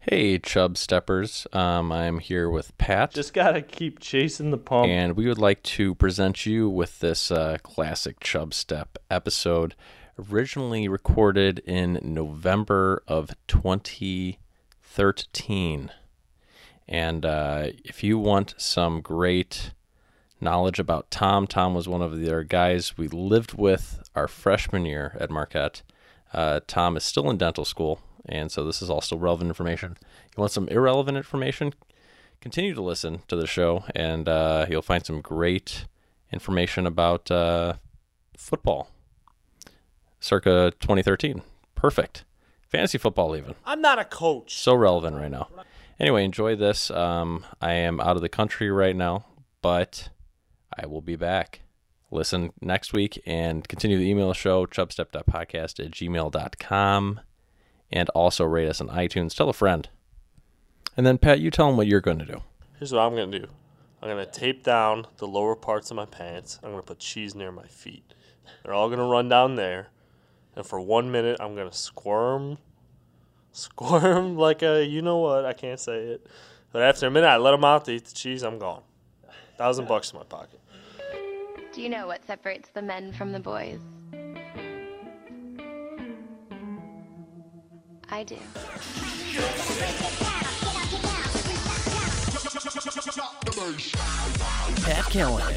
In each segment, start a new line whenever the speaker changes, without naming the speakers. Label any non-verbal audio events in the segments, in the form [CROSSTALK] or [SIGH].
Hey, Chub Steppers. Um, I'm here with Pat,
Just gotta keep chasing the pump.
and we would like to present you with this uh, classic Chub Step episode, originally recorded in November of 2013. And uh, if you want some great knowledge about Tom, Tom was one of the other guys we lived with our freshman year at Marquette. Uh, Tom is still in dental school, and so this is all still relevant information. You want some irrelevant information? Continue to listen to the show, and uh, you'll find some great information about uh, football circa 2013. Perfect. Fantasy football, even
I'm not a coach.
so relevant right now. Anyway, enjoy this. Um, I am out of the country right now, but I will be back. Listen next week and continue the email show, chubstep.podcast at gmail.com. And also rate us on iTunes. Tell a friend. And then, Pat, you tell them what you're going to do.
Here's what I'm gonna do. I'm gonna tape down the lower parts of my pants. I'm gonna put cheese near my feet. They're all gonna run down there, and for one minute I'm gonna squirm, squirm [LAUGHS] like a you know what? I can't say it. But after a minute, I let them out to eat the cheese. I'm gone. Thousand bucks in my pocket.
Do you know what separates the men from the boys? I do.
Pat Callahan,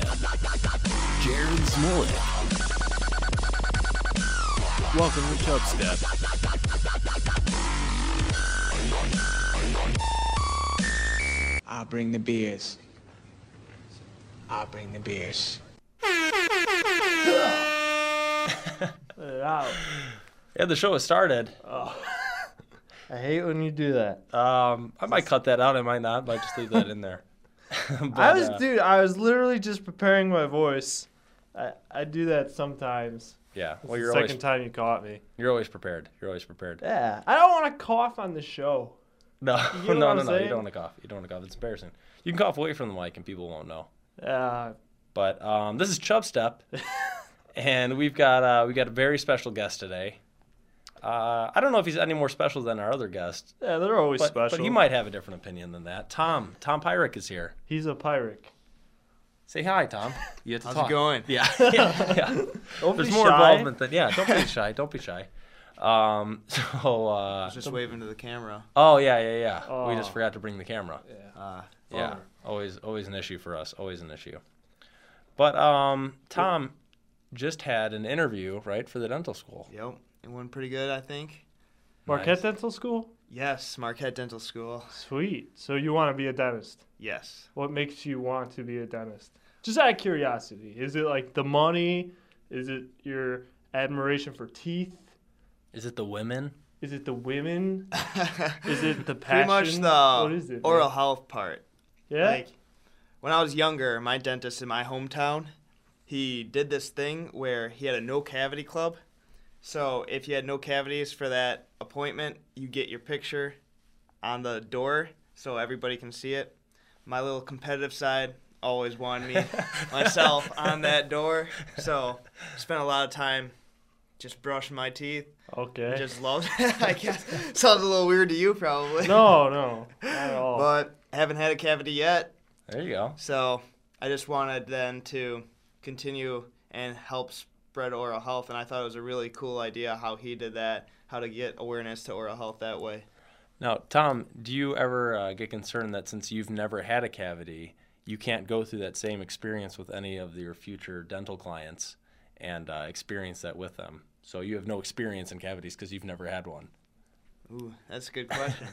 Jared Smollett. Welcome to Chub Step.
I'll bring the beers. I'll bring the beers.
Yeah, the show has started.
I hate when you do that.
Um, I might cut that out. I might not. Might just leave that in
[LAUGHS]
there. But,
I was,
uh,
dude. I was literally just preparing my voice. I, I do that sometimes.
yeah.
It's
Well,
the
you're
second
always
time you caught me.
you're always prepared. You're always prepared.
Yeah, I don't want to cough on the show.
[LAUGHS] No,
know what
no,
I'm
no, no. You
saying?
don't want to cough. You don't want to cough. It's embarrassing. You can cough away from the mic, and people won't know.
Uh,
But um, this is Chub
[LAUGHS]
Step, and we've got uh, we got a very special guest today. Uh, I don't know if he's any more special than our other guest,
yeah, they're always
but,
special.
but he might have a different opinion than that. Tom, Tom Pyrick is here.
He's a pirate.
Say hi,
[LAUGHS]
Tom. You have to
How's
talk.
it going?
Yeah, [LAUGHS] yeah, yeah.
Don't
There's
be
more
shy.
involvement than yeah. Don't
[LAUGHS]
be shy. Don't be shy. Um. [LAUGHS] So. Uh,
Just waving to the camera.
oh yeah, yeah, yeah. We just
Oh.
forgot to bring the camera.
Uh,
Yeah. Always, always an issue for us. Always an issue. But um, Tom just had an interview right for the dental school.
yep, it went pretty good, I think.
Marquette
Nice.
Dental School.
Yes, Marquette Dental School.
Sweet. So you want to be a dentist?
Yes.
What makes you want to be a dentist? Just out of curiosity, is it like the money? Is it your admiration for teeth?
Is it the women?
Is it the
[LAUGHS]
women? Is it the
pretty
passion?
much the
what is it?
oral
man?
health part?
Yeah.
Like when I was younger, my dentist in my hometown, he did this thing where he had a no cavity club. So if you had no cavities for that appointment, you get your picture on the door so everybody can see it. My little competitive side always wanted
[LAUGHS]
me myself on that door. So spent a lot of time just brushing my teeth.
okay.
Just loved [LAUGHS] it, I guess. Sounds a little weird to you probably.
No, no, not at all.
[LAUGHS] But haven't had a cavity yet.
There you go.
So I just wanted then to continue and help spread oral health, and I thought it was a really cool idea how he did that, how to get awareness to oral health that way.
Now, Tom, do you ever uh, get concerned that since you've never had a cavity, you can't go through that same experience with any of your future dental clients and uh, experience that with them? So you have no experience in cavities because you've never had one.
Ooh, that's a good question.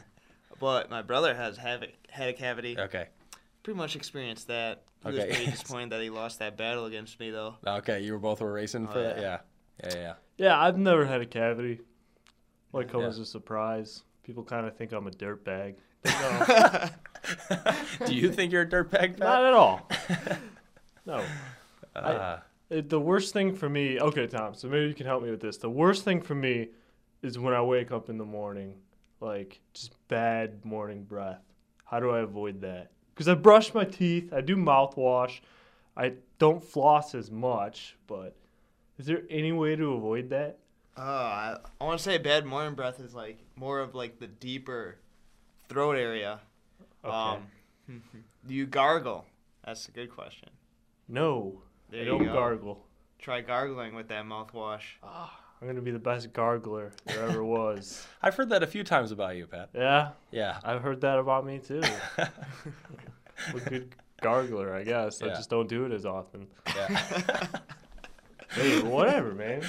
but my brother has have had a cavity.
Okay.
Pretty much experienced that. He was
Okay.
pretty disappointed that he lost that battle against me, though.
Okay. You were both were racing
Oh,
for that. Yeah.
yeah.
Yeah. Yeah.
yeah, I've never had a cavity. Like, come
Yeah.
as a surprise. People kind of think I'm a dirtbag.
do you think you're a dirtbag?
Not at all.
[LAUGHS]
no.
Uh,
It, the worst thing for me, okay, Tom, so maybe you can help me with this. The worst thing for me is when I wake up in the morning, like just bad morning breath. How do I avoid that? Because I brush my teeth, I do mouthwash, I don't floss as much, but is there any way to avoid that?
Oh, I, I want to say bad morning breath is like more of like the deeper throat area.
Okay.
Um, [LAUGHS] do you gargle? That's a good question.
no,
There
I
you
don't
go.
gargle.
Try gargling with that mouthwash.
I'm gonna be the best gargler there ever was.
I've heard that a few times about you, Pat.
Yeah,
Yeah.
I've heard that about me too. I'm a good gargler, I guess.
Yeah.
I just don't do it as often.
yeah. [LAUGHS]
Hey, whatever, man.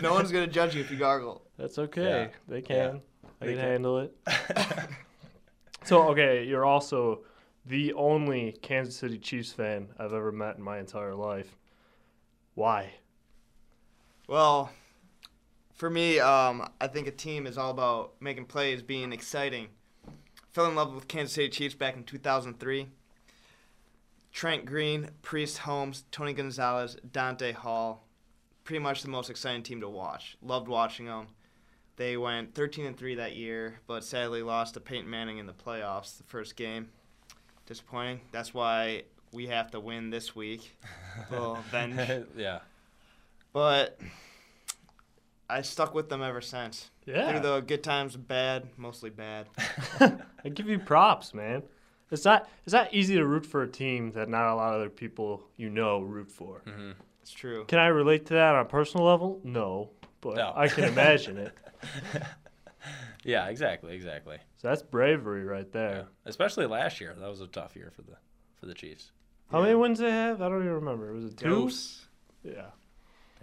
no one's gonna judge you if you gargle.
That's okay.
Yeah.
They can.
They
I can,
can.
handle it. so okay, you're also the only Kansas City Chiefs fan I've ever met in my entire life. Why?
Well, for me, um, I think a team is all about making plays, being exciting. Fell in love with Kansas City Chiefs back in 2003. Trent Green, Priest Holmes, Tony Gonzalez, Dante Hall, pretty much the most exciting team to watch. Loved watching them. They went 13 and 3 that year, but sadly lost to Peyton Manning in the playoffs the first game. Disappointing. That's why we have to win this week. Little revenge.
yeah.
But I stuck with them ever since.
Yeah.
Through the good times and bad, mostly bad.
I give you props, man. It's not it's not easy to root for a team that not a lot of other people you know root for.
Mm-hmm.
It's true.
Can I relate to that on a personal level? No, but
No.
I can
[LAUGHS]
imagine it.
Yeah, exactly, exactly.
So that's bravery right there.
Yeah. Especially last year. That was a tough year for the for the Chiefs.
How many wins they have? I don't even remember. Was it [LAUGHS] two?
Dose.
Yeah.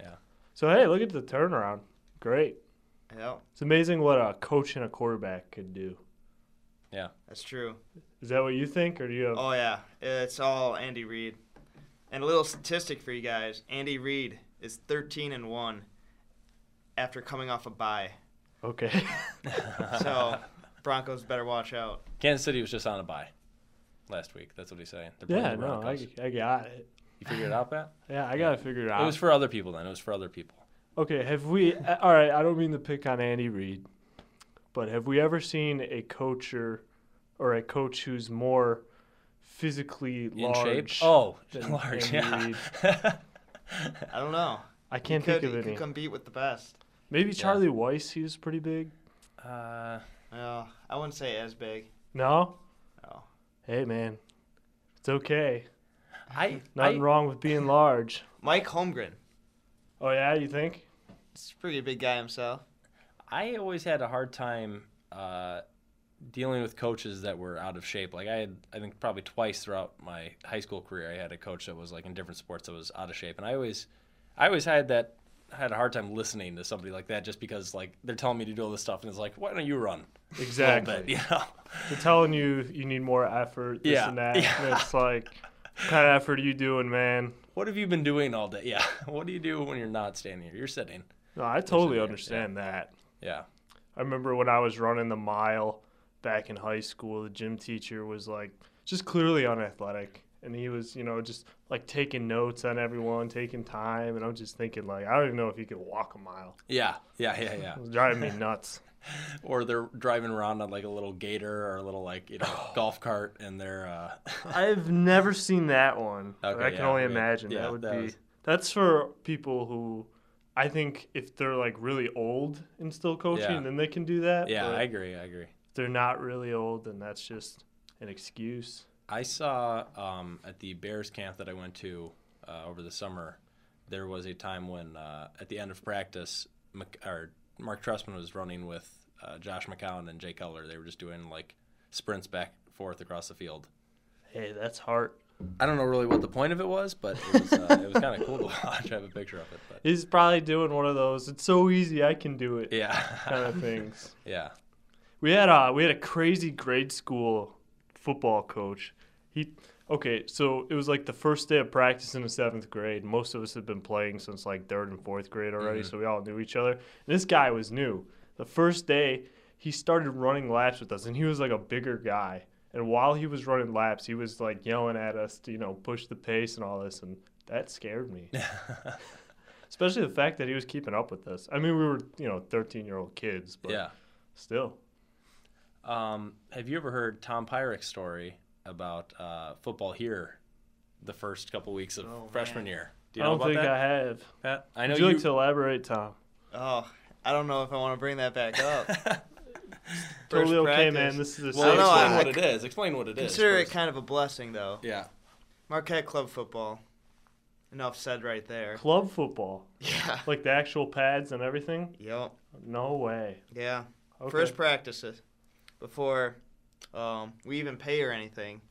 Yeah.
So hey, look at the turnaround. Great.
Yep,
It's amazing what a coach and a quarterback could do.
that's true.
Is that what you think, or do you have?
Oh yeah, it's all Andy Reid. And a little statistic for you guys: Andy Reid is 13 and one after coming off a
[LAUGHS]
bye.
[LAUGHS]
Okay.
So Broncos better watch out.
Kansas City was just on a bye last week. That's what he's saying. They're playing
yeah,
the
no, I,
Broncos.
I got it.
You figured it out, Pat?
Yeah, [LAUGHS] I gotta figure it out.
It was for other people then. It was for other people.
okay, have we? uh, All right, I don't mean to pick on Andy Reid, but have we ever seen a coach or, or a coach who's more physically
In
large?
shape? Oh, [LAUGHS]
than
large,
Andy
yeah.
Reid?
I don't know.
I can't
Could,
think of
he could
any.
compete with the best.
Maybe Charlie Weiss, he was pretty big.
Uh,
No, I wouldn't say as big.
No?
No.
Hey, man. It's okay.
I,
Nothing
I-
wrong with
[LAUGHS]
being large.
Mike Holmgren,
Oh, yeah, you think?
he's a pretty big guy himself.
I always had a hard time uh, dealing with coaches that were out of shape. Like I had, I think probably twice throughout my high school career, I had a coach that was like in different sports that was out of shape, and I always, I always had that had a hard time listening to somebody like that just because like they're telling me to do all this stuff and it's like why don't you run a little
Exactly.
bit you know [LAUGHS]
They're telling you you need more effort, this
Yeah,
and that.
yeah.
And it's like, what kind of effort are you doing, man?
what have you been doing all day yeah [LAUGHS] what do you do when you're not standing here you're sitting
No, I totally understand that.
yeah
I remember when I was running the mile back in high school, the gym teacher was like just clearly unathletic. And he was, you know, just like taking notes on everyone, taking time. And I'm just thinking, like, I don't even know if he could walk a mile.
yeah yeah yeah yeah
It was
[LAUGHS]
driving me nuts.
or they're driving around on like a little gator or a little like you know golf cart and they're uh [LAUGHS]
I've never seen that one. but
Okay,
I can
yeah,
only
weird.
imagine
Yeah,
that would
that
be.
was-
That's for people who, I think, if they're like really old and still coaching,
Yeah.
then they can do that.
yeah
but
i agree i agree
if they're not really old, then that's just an excuse.
I saw um, at the Bears camp that I went to uh, over the summer, there was a time when uh, at the end of practice, Mc- or Mark Trestman was running with uh, Josh McCown and Jay Cutler. They were just doing like sprints back and forth across the field.
Hey, that's heart.
I don't know really what the point of it was, but it was uh, it was kind of cool to [LAUGHS] watch. I have a picture of it, but
He's probably doing one of those. It's so easy, I can do it.
yeah,
Kind
[LAUGHS]
of things.
yeah,
We had a we had a crazy grade school football coach. He okay, so it was like the first day of practice in the seventh grade. Most of us had been playing since like third and fourth grade already,
Mm-hmm.
so we all knew each other. And this guy was new. The first day, he started running laps with us, and he was like a bigger guy. And while he was running laps, he was like yelling at us to you know push the pace and all this, and that
[LAUGHS]
scared me. Especially the fact that he was keeping up with us. I mean, we were you know thirteen year old kids, but
yeah.
still.
Um, have you ever heard Tom Pyrick's story about uh, football here? The first couple weeks of freshman year. Do you
I
know
don't
about
think
that,
I have.
Pat? I know
Would you like to elaborate, Tom? [LAUGHS]
Oh, I don't know if I want to bring that back up.
Totally
First
okay,
practice.
man. This is
I
a
Well,
safe
don't know,
zone.
explain
I-
what it is. Explain what it is.
Consider it
first.
kind of a blessing, though.
Yeah.
Marquette club football. Enough said right there.
club football,
Yeah.
like the actual pads and everything.
Yep.
No way.
Yeah.
Okay.
First practices before um, we even pay or anything.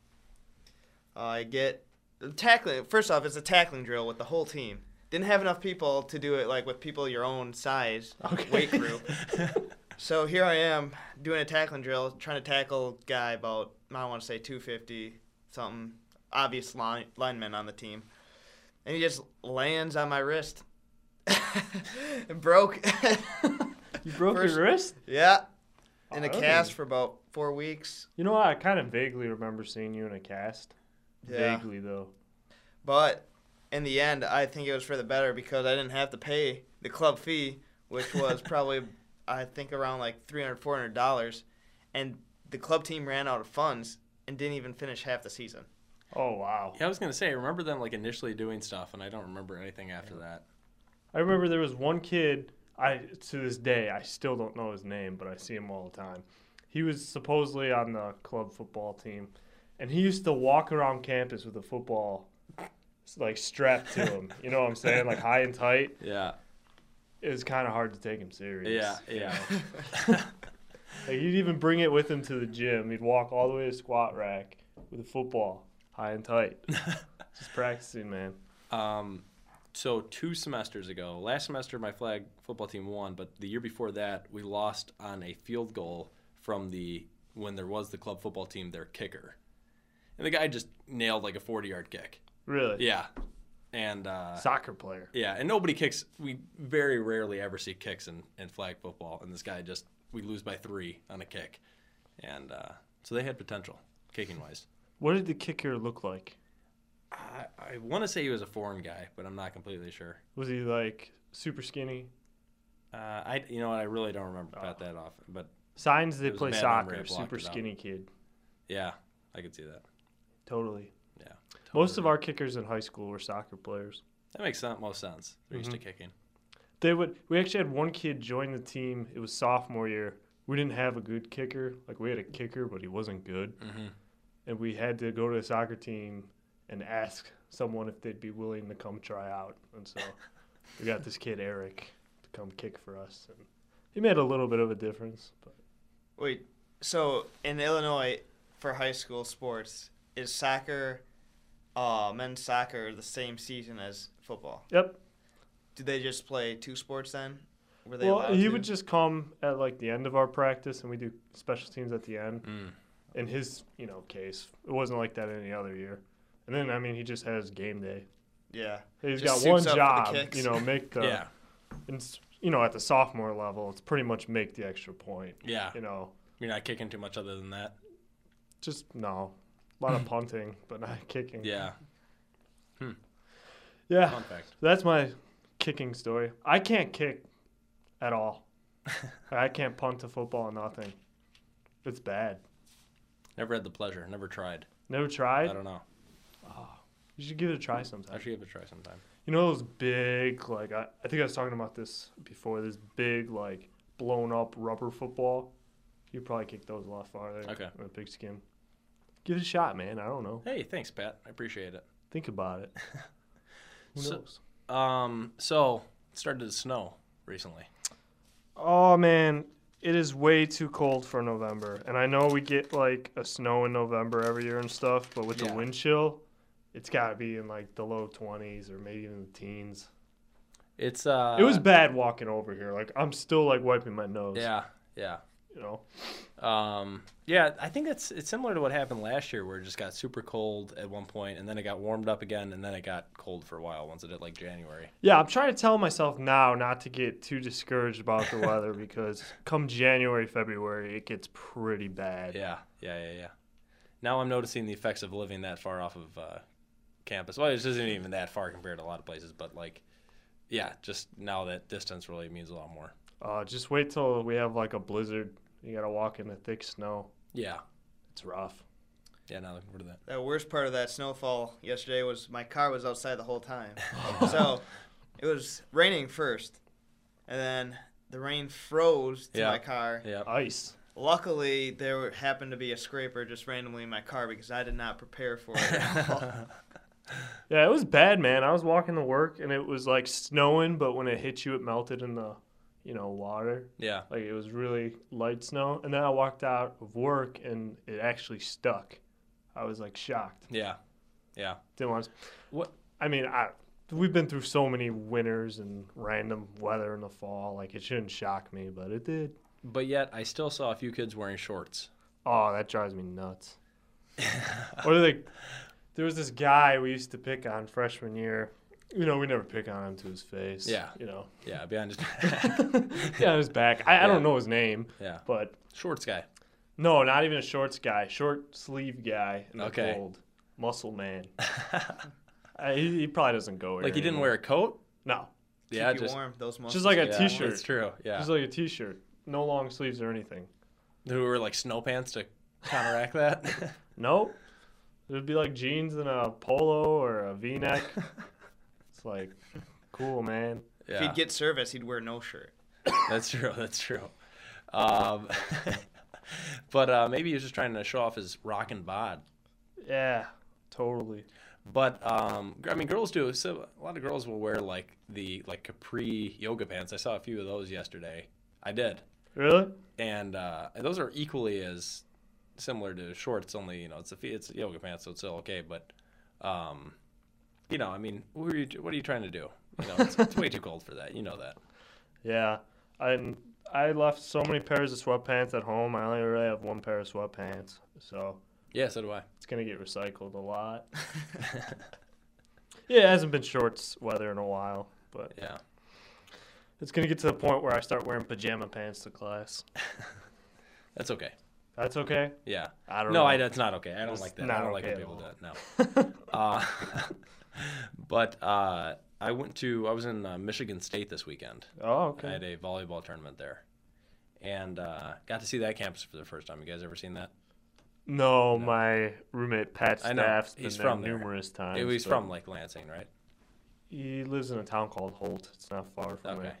Uh, I get tackling. First off, it's a tackling drill with the whole team. Didn't have enough people to do it like with people your own size
Okay.
weight
[LAUGHS]
group. so here I am doing a tackling drill, trying to tackle guy about I want to say 250 something obvious line, lineman on the team, and he just lands on my wrist. [LAUGHS] and broke. [LAUGHS]
You broke
First-
your wrist.
Yeah. In a
Oh.
cast for about four weeks.
You know what? I kind of vaguely remember seeing you in a cast.
Yeah.
Vaguely though.
But in the end, I think it was for the better because I didn't have to pay the club fee,
[LAUGHS]
which was probably, I think, around like $300, $400. And the club team ran out of funds and didn't even finish half the season.
Oh wow.
Yeah, I was gonna say. I remember them like initially doing stuff, and I don't remember anything after that.
I remember there was one kid. I to this day I still don't know his name, but I see him all the time. He was supposedly on the club football team, and he used to walk around campus with a football like strapped to him. You know what I'm saying? Like high and tight.
Yeah.
It was kind of hard to take him serious.
Yeah. Yeah.
Like he'd even bring it with him to the gym. He'd walk all the way to squat rack with a football high and tight.
[LAUGHS]
Just practicing, man.
Um, [LAUGHS] so two semesters ago, last semester my flag football team won, but the year before that we lost on a field goal from the when there was the club football team their kicker, and the guy just nailed like a forty yard kick.
Really.
Yeah, and uh,
Soccer player.
yeah, and nobody kicks. We very rarely ever see kicks in, in flag football, and this guy just we lose by three on a kick, and uh, so they had potential kicking wise.
What did the kicker look like?
I, I want to say he was a foreign guy, but I'm not completely sure.
Was he like super skinny?
Uh, I you know what I really don't remember about that often, but
Signs they
was a
play
bad memory, I
soccer.
blocked
Super
it out.
skinny kid.
yeah, I could see that.
Totally.
Yeah,
Most of our kickers in high school were soccer players.
that makes sen- most sense. They're used to
Mm-hmm.
kicking.
They would. We actually had one kid join the team. It was sophomore year. We didn't have a good kicker. Like we had a kicker, but he wasn't good.
Mm-hmm.
And we had to go to the soccer team and ask someone if they'd be willing to come try out. And so we got this kid Eric to come kick for us, and he made a little bit of a difference. But
Wait, so in Illinois, for high school sports, is soccer, uh, men's soccer, the same season as football?
yep,
Do they just play two sports then? Were they
well,
allowed
he
to?
would just come at like the end of our practice, and we do special teams at the end.
Mm.
In his, you know, case, it wasn't like that any other year. And then, I mean, he just has game day.
yeah.
He's
Just
got one
suits up for
job,
the
you
kicks.
know, make the.
yeah,
And, s- you know, at the sophomore level, it's pretty much make the extra point.
yeah.
You know,
You're not kicking too much other than that.
just no, a lot
[LAUGHS]
of punting, but not kicking.
Yeah,
Yeah.
fun fact.
That's my kicking story. I can't kick
[LAUGHS]
at all. I can't punt a football or nothing. It's bad.
Never had the pleasure. Never tried.
Never tried.
I don't know.
You should give it a try
I
sometime.
should give it a try sometime.
You know those big, like I, I think I was talking about this before. This big, like blown up rubber football. You probably kick those a lot farther.
Okay.
With a big skin. Give it a shot, man. I don't know.
Hey, thanks, Pat. I appreciate it.
Think about
[LAUGHS]
it. Who
So-
knows?
Um, so it started to snow recently.
Oh man, it is way too cold for November. And I know we get like a snow in November every year and stuff, but with
Yeah.
the wind chill, it's got to be in like the low 20s or maybe even the teens.
It's uh,
it was bad walking over here. Like I'm still like wiping my nose.
Yeah, yeah.
You know.
Um, yeah, I think it's it's similar to what happened last year, where it just got super cold at one point, and then it got warmed up again, and then it got cold for a while once it hit like January.
Yeah, I'm trying to tell myself now not to get too discouraged about the weather because come January, February, it gets pretty bad.
Yeah, yeah, yeah, yeah. Now I'm noticing the effects of living that far off of uh, campus. Well, it isn't even that far compared to a lot of places, but like, yeah, just now that distance really means a lot more.
Uh, just wait till we have like a blizzard. You got to walk in the thick snow.
Yeah,
It's rough.
yeah. Now looking forward to that.
The worst part of that snowfall yesterday was my car was outside the whole
[LAUGHS]
time. so it was raining first, and then the rain froze to
Yeah.
my car,
Yeah,
Ice.
Luckily, there happened to be a scraper just randomly in my car because I did not prepare
[LAUGHS]
for it at all.
Yeah, it was bad, man. I was walking to work and it was like snowing, but when it hit you, it melted in the, you know, water.
Yeah.
Like it was really light snow. And then I walked out of work and it actually stuck. I was like shocked.
Yeah. Yeah.
Didn't want.
What?
I mean, I we've been through so many winters and random weather in the fall. Like it shouldn't shock me, but it did.
But yet, I still saw a few kids wearing shorts.
Oh, that drives me
[LAUGHS]
nuts. what are they? There was this guy we used to pick on freshman year. You know, we never pick on him to his face.
Yeah.
You know,
Yeah, behind his
yeah, on his back. I, I
Yeah.
don't know his name,
yeah,
but
shorts guy.
no, not even a shorts guy. Short sleeve guy in the
Okay.
cold. Muscle man.
[LAUGHS]
Uh, he, he probably doesn't go
Like he didn't wear a coat.
No.
yeah,
Keep
just
you warm. Those muscles.
Just like a
yeah,
shirt
It's true. Yeah,
Just like a t shirt. No long sleeves or anything.
who were like snow pants to counteract that.
Nope. It'd be like jeans and a polo or a V neck. it's like, cool, man.
yeah,
if he'd get service, he'd wear no shirt.
that's true. That's true. Um, [LAUGHS] but uh, maybe he was just trying to show off his rock and bod.
Yeah, totally.
But um, gr- I mean, girls do. So a lot of girls will wear like the like capri yoga pants. I saw a few of those yesterday. I did,
Really?
and uh, those are equally as similar to shorts. Only you know, it's a fe- it's yoga pants, so it's still okay. But um, you know, I mean, what are you, what are you trying to do? You know, it's, it's way too cold for that. You know that.
Yeah. I I left so many pairs of sweatpants at home. I only really have one pair of sweatpants, so
Yeah, so do I.
it's gonna get recycled a
[LAUGHS]
lot. yeah, it hasn't been shorts weather in a while, but
Yeah.
it's gonna get to the point where I start wearing pajama pants to class.
That's okay.
That's okay.
Yeah.
I don't
no,
know.
I, that's not okay. I don't
It's
like that. I
not
don't like when
okay at
people do that. No.
[LAUGHS]
uh, [LAUGHS] but uh, I went to, I was in uh, Michigan State this weekend.
Oh,
I
okay.
had a volleyball tournament there and uh, got to see that campus for the first time. You guys ever seen that?
No, my roommate Pat
I know.
Staff's been
He's
there
from there.
numerous times.
It was
but
from like Lansing, right?
He lives in a town called Holt. It's not far from
Okay.
there.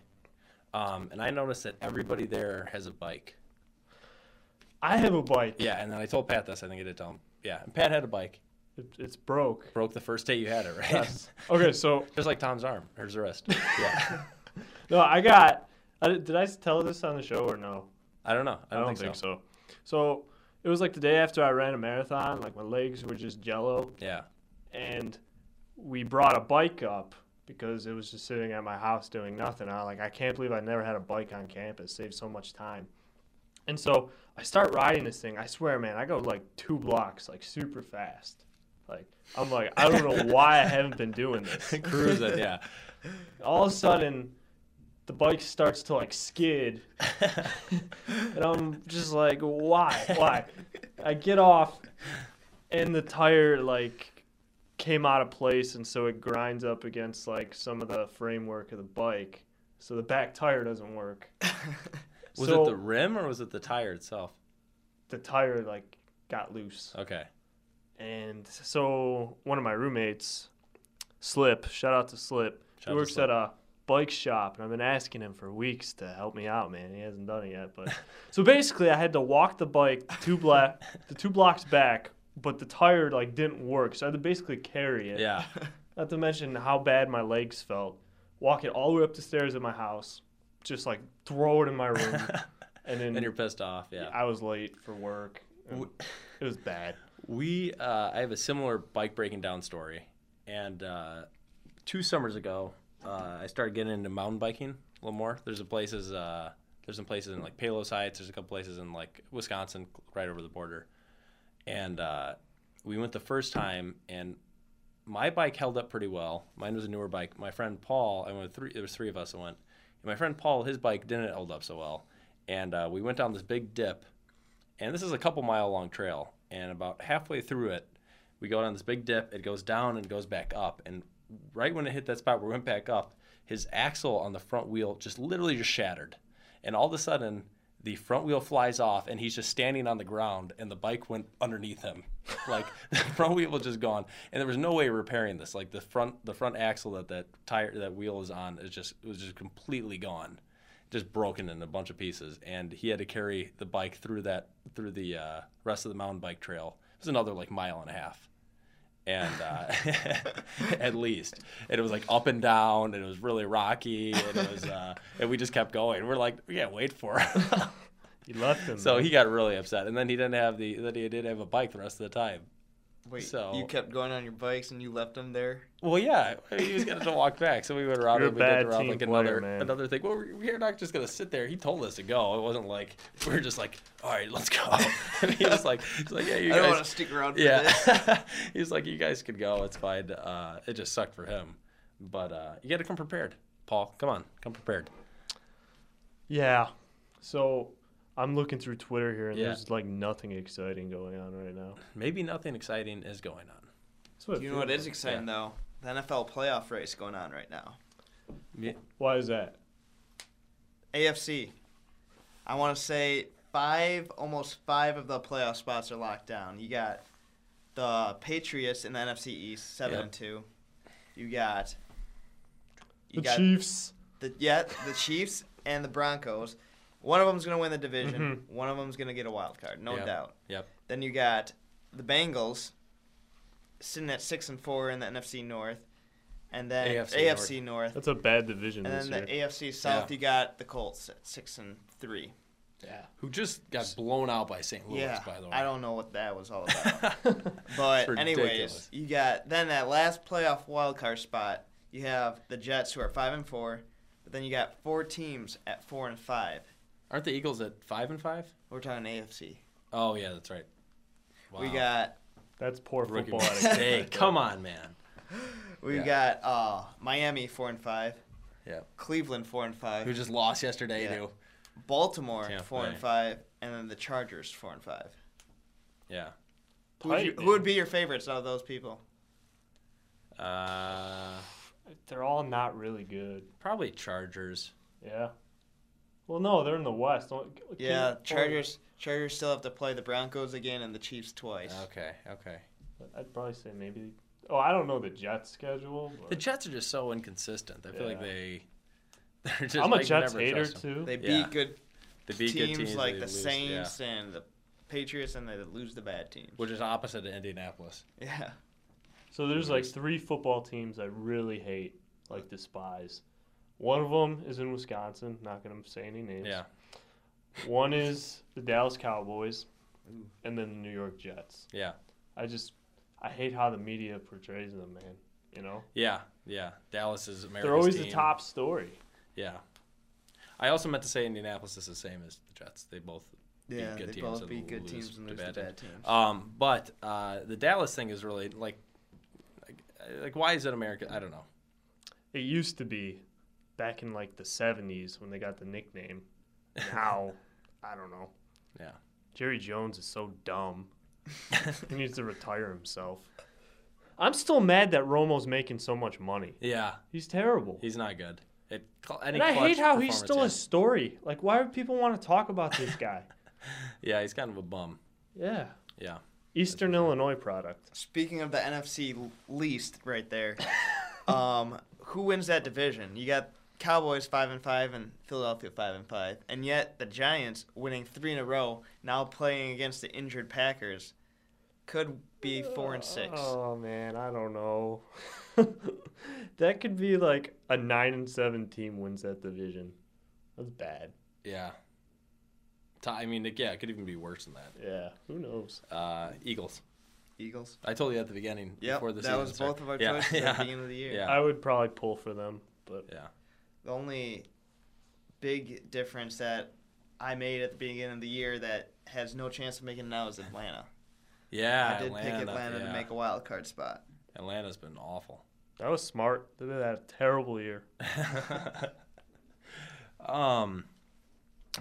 Um, and I noticed that everybody there has a bike.
I have a bike.
Yeah, and then I told Pat this. I think I did tell him. Yeah, and Pat had a bike.
It, it's broke.
Broke the first day you had it, right?
Okay, so
[LAUGHS] Just like Tom's arm. Here's the rest. Yeah.
[LAUGHS] no, I got. I, did did I tell this on the show or no?
I don't know.
I
I don't,
don't, think, so. so. it was like the day after I ran a marathon. Like my legs were just jello,
[LAUGHS] Yeah.
and we brought a bike up because it was just sitting at my house doing nothing. I was like I can't believe I never had a bike on campus. Saved so much time. And so I start riding this thing. I swear, man, I go like two blocks, like super fast. Like I'm like I don't know why I haven't been doing this.
Cruising. Yeah.
all of a sudden the bike starts to like skid and i'm just like why why i get off and the tire like came out of place and so it grinds up against like some of the framework of the bike so the back tire doesn't work
Was
So-
it the rim or was it the tire itself?
the tire like got loose
Okay.
and so one of my roommates, Slip, shout out to Slip.
Shout
he
out to
works
Slip.
at a bike shop, and I've been asking him for weeks to help me out, man. He hasn't done it yet,
[LAUGHS]
but so basically, I had to walk the bike two black, the two blocks back, but the tire like didn't work, so I had to basically carry it.
[LAUGHS] Yeah.
Not to mention how bad my legs felt. Walk it all the way up the stairs at my house, just like throw it in my
[LAUGHS]
room, and then
and you're pissed off. Yeah.
I was late for work. and It was bad.
We, uh, I have a similar bike breaking down story. And uh, two summers ago, uh, I started getting into mountain biking a little more. There's a places, uh, there's some places in like Palos Heights. There's a couple places in like Wisconsin, right over the border. And uh, we went the first time, and my bike held up pretty well. Mine was a newer bike. My friend Paul, I went with three. There was three of us that went. And my friend Paul, his bike didn't hold up so well, and uh, we went down this big dip. And this is a couple mile long trail. And about halfway through it, we go down this big dip. It goes down and goes back up. And right when it hit that spot where we went back up, his axle on the front wheel just literally just shattered. And all of a sudden, [LAUGHS] the front wheel flies off, and he's just standing on the ground, and the bike went underneath him. Like [LAUGHS] the front wheel was just gone, and there was no way of repairing this. Like the front, the front axle that that tire that wheel is on is just it was just completely gone just broken in a bunch of pieces, and he had to carry the bike through that through the uh, rest of the mountain bike trail. It was another like mile and a half, and [LAUGHS] uh, at least, and it was like up and down, and it was really rocky, and it was, uh, and we just kept going. We're like, yeah, wait
[LAUGHS]
for him.
You left him.
so he got really upset, and then he didn't have the then he didn't have a bike the rest of the time.
Wait,
So-
you kept going on your bikes and you left them there?
Well, yeah, I mean, he was gonna have to walk back, so we went around
You're
and
a
we did
bad
around
team
like
player,
another
man.
another thing. Well, we- we're not just gonna sit there. He told us to go. It wasn't like we were just like, all right, let's go. [LAUGHS] and he was like, he's like, yeah, you
I don't want
guys,
to stick around for this.
[LAUGHS] yeah. he's like, you guys could go. It's fine. Uh, it just sucked for him, but uh, you got to come prepared, Paul. Come on, come prepared.
yeah. So I'm looking through Twitter here, and
Yeah.
there's like nothing exciting going on right now.
Maybe nothing exciting is going on.
That's what it
You know what
feels
is exciting, though? The NFL playoff race going on right now.
like. Why is that?
AFC. I want to say five, almost five of the playoff spots are locked down. You got the Patriots in the NFC East, seven
Yep.
and two. You got you
The
got
Chiefs.
the yeah the Chiefs and the Broncos. One of them's gonna win the division.
Mm-hmm.
One of them's gonna get a wild card, no
Yep.
doubt.
Yep.
Then you got the Bengals sitting at six and four in the NFC North, and then
AFC
AFC, North.
That's a bad division
and
this
then
year.
the AFC South.
Yeah.
You got the Colts at six and three.
Yeah. Who just got blown out by St. Louis?
yeah,
by the way.
I don't know what that was all about. but
ridiculous.
anyways, you got then that last playoff wild card spot. You have the Jets who are five and four, but then you got four teams at four and five.
[LAUGHS] Aren't the Eagles at five and five?
We're talking AFC.
Oh yeah, that's [LAUGHS] right.
We
Wow.
got
That's poor
Rookie
football. ethics.
mistake. Come on, man.
we got uh, Miami four and five.
Yeah.
Cleveland four and five.
Who just lost yesterday
Yeah.
too?
Baltimore
Tampa
four and
Bay.
five, and then the Chargers four and five.
Yeah.
Who would, you-
Tight,
who would be your favorites out of those people?
Uh,
They're all not really good.
probably Chargers.
Yeah. Well, no, they're in the West. Don't,
Yeah,
can't-
Chargers. Chargers still have to play the Broncos again and the Chiefs twice.
Okay, okay.
I'd probably say maybe. Oh, I don't know the Jets schedule. But
The Jets are just so inconsistent. I feel like
Yeah.
they. [LAUGHS] They're just,
I'm a
like, you
Jets
never
hater
trust them.
too.
They beat
Yeah.
good
They beat good
teams,
teams,
like
they
the
lose- yeah.
Saints and the Patriots, and they lose the bad teams.
which is opposite to Indianapolis.
[LAUGHS] yeah,
So there's like three football teams I really hate, like despise. One of them is in Wisconsin. Not gonna say any names.
Yeah,
One is the Dallas Cowboys, and then the New York Jets.
yeah,
I just I hate how the media portrays them, man. You know,
yeah, yeah. Dallas is America's
they're always the
team.
top story.
Yeah. I also meant to say Indianapolis is the same as the Jets. They both beat
yeah,
good
they
teams
both
and
beat good
lose
teams and
to
lose the bad teams.
Um, but uh, the Dallas thing is really like, like, like, why is it America? I don't know.
It used to be back in like the 70s when they got the nickname.
[LAUGHS]
Now, I don't know.
Yeah.
Jerry Jones is so
[LAUGHS]
dumb. he needs to retire himself. I'm still mad that Romo's making so much money.
Yeah,
He's terrible.
he's not good. It, cl- any
and I
clutch
hate how he's still a
performance,
story. Like, why would people want to talk about
[LAUGHS]
this guy?
Yeah. yeah, he's kind of a bum.
yeah.
Yeah.
Eastern Illinois product.
Speaking of the NFC l- least, right
[LAUGHS]
there, um, who wins that division? You got Cowboys five and five and Philadelphia five and five, and yet the Giants winning three in a row, now playing against the injured Packers, could be four and six.
Oh man, I don't know. [LAUGHS] that could be like a nine and seven team wins that division. That's bad.
Yeah. Ti- I mean, it, yeah, it could even be worse than that.
Yeah, who knows?
Uh, Eagles.
Eagles.
I told you at the beginning
Yep,
before the
that
season
was
started.
both of our
yeah,
choices
yeah, [LAUGHS]
at the beginning of the year.
Yeah.
I would probably pull for them, but
yeah.
The only big difference that I made at the beginning of the year that has no chance of making it now is Atlanta.
Yeah.
I did
Atlanta,
pick Atlanta
yeah.
to make a wild card spot.
Atlanta's been awful.
that was smart. They had a terrible year.
um,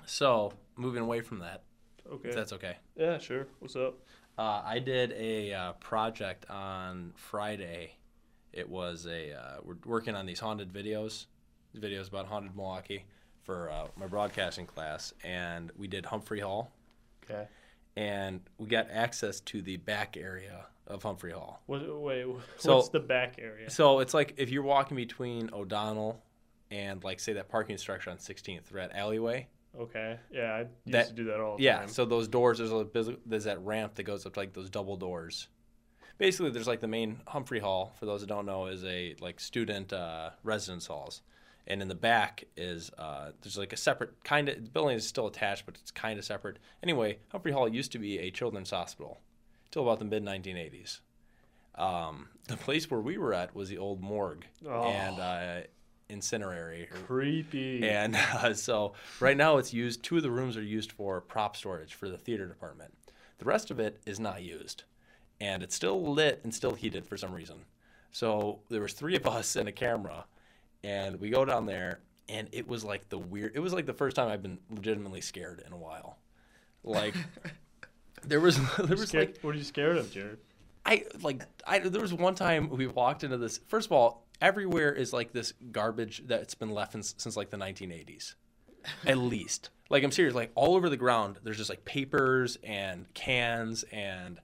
so moving away from that,
Okay.
if that's okay.
yeah, sure. What's up?
Uh, I did a uh, project on Friday. It was a uh, we're working on these haunted videos, videos about haunted Milwaukee for uh, my broadcasting class, and we did Humphrey Hall,
Okay.
and we got access to the back area of Humphrey Hall.
What, wait, [LAUGHS] wh-
So-
what's the back area?
So it's like if you're walking between O'Donnell and like say that parking structure on 16th, that alleyway.
Okay. Yeah, I used
That-
to do that all the
Yeah.
time.
So those doors, there's a bus- there's that ramp that goes up to like those double doors. Basically, there's like the main Humphrey Hall. For those that don't know, is a like student uh, residence halls, and in the back is uh, there's like a separate kind of the building is still attached, but it's kind of separate. Anyway, Humphrey Hall used to be a children's hospital, till about the mid 1980s. Um, the place where we were at was the old morgue and uh, incinerary or
Creepy.
and uh, so right now it's used, two of the rooms are used for prop storage for the theater department. The rest of it is not used. And it's still lit and still heated for some reason. So there was three of us and a camera and we go down there and it was like the weird it was like the first time I've been legitimately scared in a while. Like there was [LAUGHS] there was
Scared-
like
what are you scared of, Jared?
I like I there was one time we walked into this. First of all, everywhere is like this garbage that's been left in, since like the 1980s, at least. Like I'm serious. Like all over the ground, there's just like papers and cans and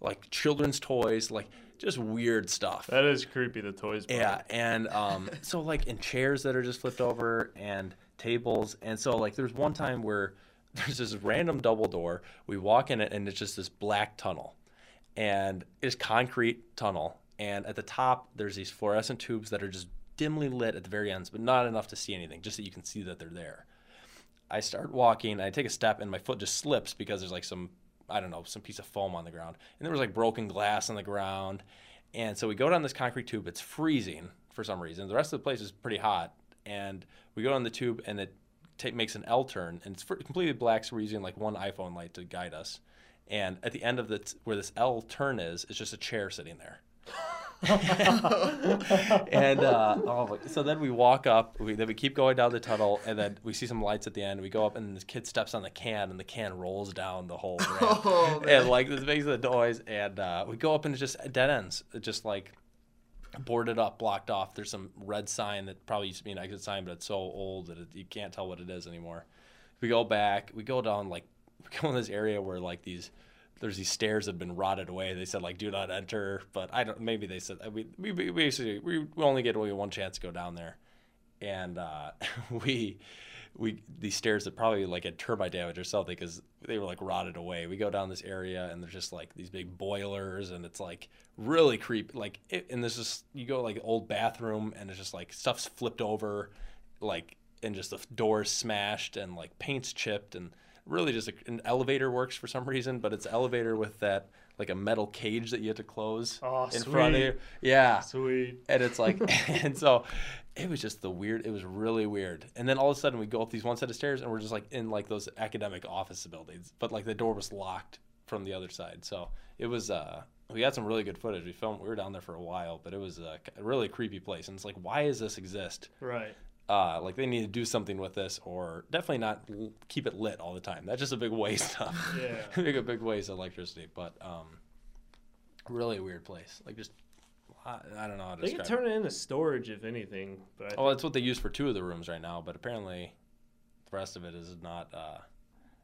like children's toys, like just weird stuff.
That is creepy. The toys. part.
Yeah, and um, so like in chairs that are just flipped over and tables, and so like there's one time where [LAUGHS] there's this random double door. We walk in it, and it's just this black tunnel, and it's concrete tunnel, and at the top there's these fluorescent tubes that are just dimly lit at the very ends, but not enough to see anything, just that you can see that they're there. I start walking, I take a step, and my foot just slips because there's like some, I don't know, some piece of foam on the ground. And there was like broken glass on the ground. And so we go down this concrete tube. It's freezing for some reason. The rest of the place is pretty hot. And we go down the tube, and it ta- makes an L turn. And it's fr- completely black, so we're using like one iPhone light to guide us. And at the end of the t- where this L turn is, it's just a chair sitting there. and uh, oh, my- so then we walk up. We, then we keep going down the tunnel, and then we see some lights at the end. We go up, and this kid steps on the can, and the can rolls down the whole ramp, and like this makes the noise. And uh, we go up, and it's just dead ends. It's just like boarded up, blocked off. There's some red sign that probably used to be an exit sign, but it's so old that it, you can't tell what it is anymore. We go back. We go down like [LAUGHS] we go in this area where like these there's these stairs that have been rotted away. They said like do not enter, but I don't. Maybe they said we we we basically we, we only get only one chance to go down there, and uh, [LAUGHS] we. We these stairs that probably like had termite damage or something because they were like rotted away. We go down this area and there's just like these big boilers and it's like really creepy. Like it, and there's just you go like old bathroom and it's just like stuff's flipped over, like and just the f- doors smashed and like paint's chipped and really just a, an elevator works for some reason, but it's elevator with that like a metal cage that you have to close
Aw,
in front of
sweet.
you. Yeah.
Sweet.
And
[LAUGHS]
it's like, [LAUGHS] and so it was just the weird, it was really weird. And then all of a sudden we go up these one set of stairs and we're just like in like those academic office buildings, but like the door was locked from the other side. So it was, uh, we got some really good footage. We filmed, we were down there for a while, but it was a c- a really creepy place. And it's like, why does this exist?
Right.
Uh, like they need to do something with this or definitely not l- keep it lit all the time. That's just a big waste of,
Yeah.
like a [LAUGHS] big waste of electricity, but, um, really weird place. Like just, I, I don't know how to
They
describe
could
it.
turn it into storage if anything, but I
Oh, that's what they use for two of the rooms right now, but apparently the rest of it is not. Uh,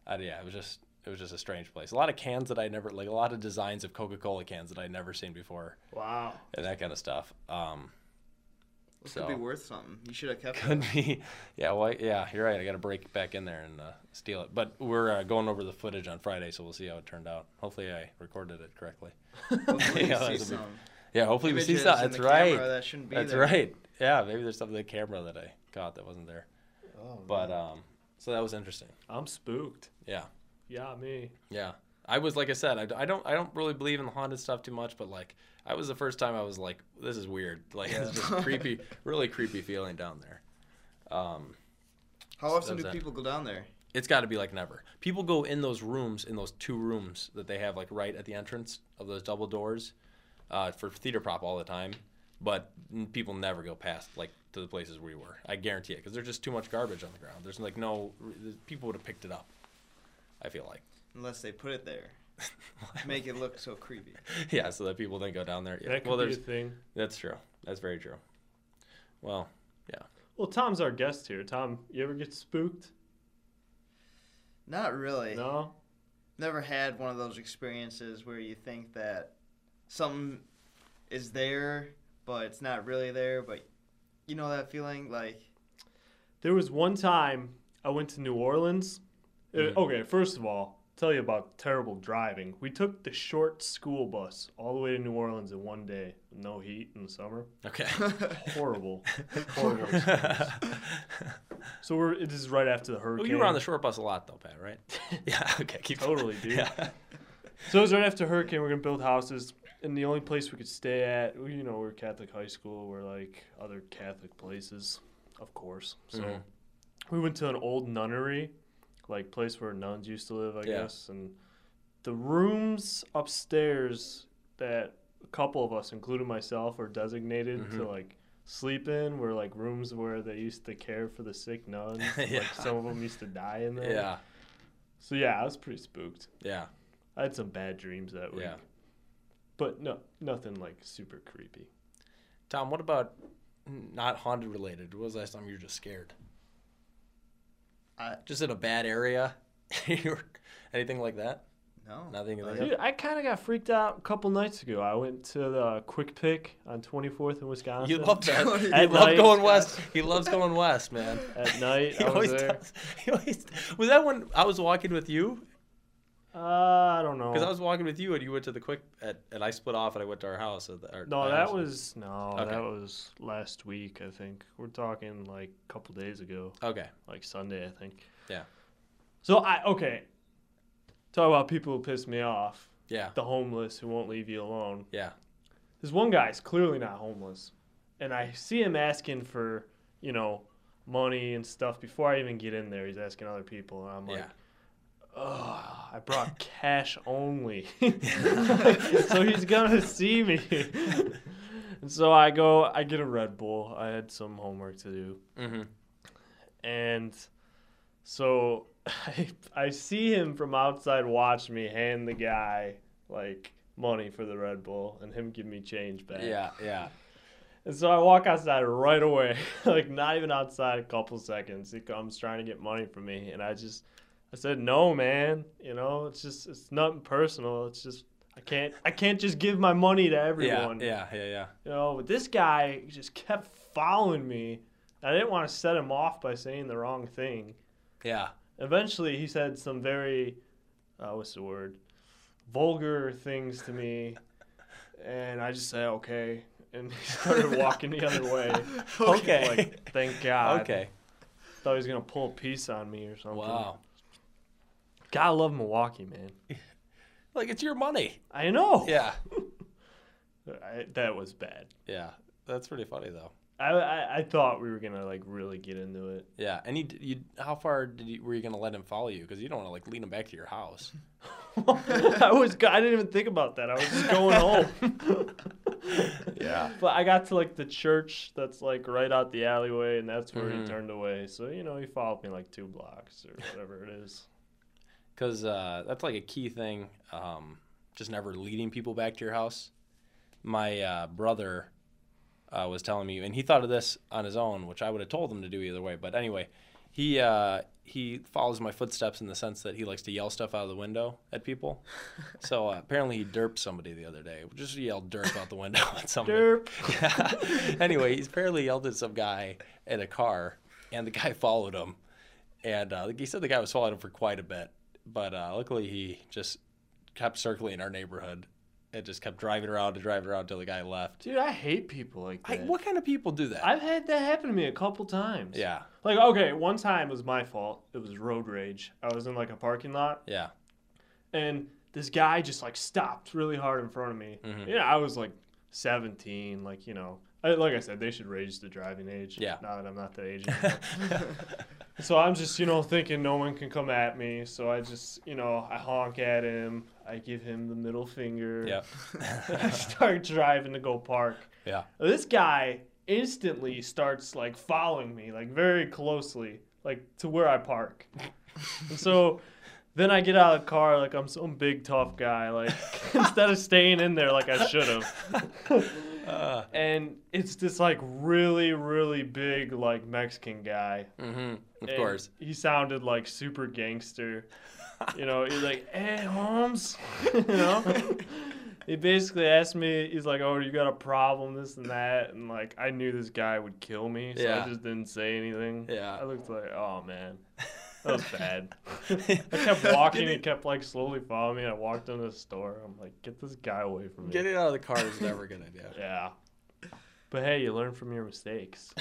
I, yeah, it was just it was just a strange place. A lot of cans that I never like, a lot of designs of Coca Cola cans that I'd never seen before,
think- wow.
and that kind of stuff. Um,
This
So-
could be worth something. You should have kept it.
could be, [LAUGHS] yeah, well, yeah, you're right. I got to break back in there and uh, steal it. But we're uh, going over the footage on Friday, so we'll see how it turned out. Hopefully, I recorded it correctly.
Hopefully
[LAUGHS]
you
Yeah, that's
see
a big-
some
Yeah, hopefully we see
images
that.
in
That's
the camera
right.
That shouldn't be
That's
there.
right. Yeah, maybe there's something in the camera that I caught that wasn't there.
Oh,
but um, so that was interesting.
I'm spooked.
Yeah.
Yeah, me.
Yeah. I was like I said, I, I don't I don't really believe in the haunted stuff too much, but like I was the first time I was like, this is weird. Like it's
[LAUGHS]
just creepy, really creepy feeling down there.
How often do
That was it.
people go down there?
It's got to be like never. People go in those rooms, in those two rooms that they have like right at the entrance of those double doors, uh, for theater prop all the time. But n- people never go past like to the places we were. I guarantee it because there's just too much garbage on the ground. There's like no people would have picked it up. I feel like [LAUGHS]
Unless they put it there. Make it look so creepy.
yeah, so that people didn't go down there. Yeah.
That could
well,
be a
there's
thing.
That's true. That's very true. Well, yeah.
Well, Tom's our guest here. Tom, you ever get spooked?
Not really.
No.
Never had one of those experiences where you think that something is there, but it's not really there. But you know that feeling, like
There was one time I went to New Orleans. Uh,
Mm-hmm.
Okay, first of all, tell you about terrible driving. We took the short school bus all the way to New Orleans in one day, with no heat in the summer.
Okay.
[LAUGHS]
[LAUGHS]
Horrible, horrible. experience. so we're it is right after the hurricane.
Well, Oh, you were on the short bus a lot though, Pat,
[LAUGHS]
right? [LAUGHS] yeah. Okay. Keep going.
Totally, dude.
Yeah.
So it was right after hurricane. We're gonna build houses, and the only place we could stay at, well, you know, we're Catholic high school. We're like other Catholic places, of course. So
[LAUGHS]
we went to an old nunnery, like place where nuns used to live, I
Yeah.
guess. And the rooms upstairs that a couple of us, including myself, were designated to
Mm-hmm.
like sleep in were like rooms where they used to care for the sick nuns.
Yeah.
Like some of them used to die in there.
[LAUGHS] Yeah.
So yeah, I was pretty spooked.
Yeah.
I had some bad dreams that week.
Yeah.
But no, nothing like super creepy.
Tom, what about not haunted related? What was the last time you were just scared?
I-
just in a bad area? [LAUGHS] You were- Anything like that?
No.
Nothing like
Dude,
that?
I kind of got freaked out a couple nights ago. I went to the Quick Pick on 24th in Wisconsin.
You love that.
Tony,
You
[LAUGHS] at
love
night-
going west. He loves going west, man.
[LAUGHS] At night,
[LAUGHS] He
I was
always,
there.
does. He always was that when I was walking with you
Uh, I don't know.
because I was walking with you and you went to the quick at, and I split off and I went to our house. At the, our,
no,
my
that
house.
was no,
Okay.
that was last week. I think we're talking like a couple days ago,
okay.
like Sunday, I think.
Yeah.
So I okay. Talk about people who piss me off.
Yeah,
The homeless who won't leave you alone.
yeah,
this one guy's clearly not homeless and i see him asking for you know money and stuff before i even get in there he's asking other people and i'm like
Yeah.
oh i
[LAUGHS]
brought cash only [LAUGHS] so he's gonna see me
[LAUGHS]
and so i go i get a red bull i had some homework to do
Mhm.
and so [LAUGHS] I, I see him from outside watch me hand the guy like money for the red bull and him give me change back
yeah, yeah.
and so I walk outside right away, [LAUGHS] like not even outside a couple seconds. He comes trying to get money from me, and I just, I said no, man. You know, it's just, it's nothing personal. It's just, I can't, I can't just give my money to
Yeah,
everyone.
yeah, yeah, yeah.
You know, but this guy just kept following me. I didn't want to set him off by saying the wrong thing.
Yeah.
Eventually, he said some very, uh, what's the word, vulgar things to me, and I just said okay, and he [LAUGHS] started walking the other way.
Okay.
Like, thank God.
okay.
Thought he was gonna pull a piece on me or something.
Wow.
Gotta love Milwaukee, man.
Like it's your money.
I know.
Yeah.
I, that was bad.
Yeah. That's pretty funny though.
I, I I thought we were gonna like really get into
[LAUGHS]
it. [LAUGHS]
Yeah. And you, d- you how far did you, were you gonna let him follow you? Because you don't want to like lead him back to your house.
I was go- I didn't even think about that. I was just
[LAUGHS]
going home.
Yeah.
But I got to like the church that's like right out the alleyway, and that's where
Mhm.
he turned away. So you know, he followed me like two blocks or whatever it is.
Because uh, that's like a key thing. Um, just never leading people back to your house. My uh, brother uh, was telling me, and he thought of this on his own, which I would have told him to do either way. But anyway, he uh, he follows my footsteps in the sense that he likes to yell stuff out of the window at people. so uh, apparently, he derped somebody the other day. Just yelled derp out the window [LAUGHS] at somebody.
Derp.
Yeah. [LAUGHS] anyway, he's apparently yelled at some guy in a car, and the guy [LAUGHS] followed him. And uh, he said the guy was following him for quite a bit, but uh, luckily he just kept circling our neighborhood and just kept driving around and driving around until the guy left.
Dude, I hate people like
I,
that.
what kind of people do that?
I've had that happen to me a couple times.
yeah,
Like okay, one time it was my fault. It was road rage. I was in like a parking lot,
yeah,
and this guy just like stopped really hard in front of me.
Mm-hmm.
Yeah, I was like 17, like you know, I, like I said, they should raise the driving age.
Yeah.
Now that I'm not that age.
[LAUGHS]
anymore. so I'm just you know thinking no one can come at me, so I just you know I honk at him, I give him the middle finger.
yeah,
[LAUGHS] I start driving to go park.
yeah.
This guy instantly starts like following me, like very closely, like to where I park. and so then I get out of the car like I'm some big tough guy, like [LAUGHS] instead of staying in there like I should have. and it's this like really, really big like Mexican guy.
hmm Of
And
course.
He sounded like super [LAUGHS]
[LAUGHS]
gangster. You know, he's like, hey, Holmes. you know? he basically asked me, he's like, "Oh, you got a problem, this and that," and like I knew this guy would kill me, so
Yeah.
I just didn't say anything.
Yeah.
I looked like, "Oh man, that was
[LAUGHS]
bad." I kept walking. He kept like slowly following me. I walked into the store. I'm like, "Get this guy away from me."
Getting out of the car is never a good idea.
[LAUGHS] Yeah. But hey, you learn from your mistakes.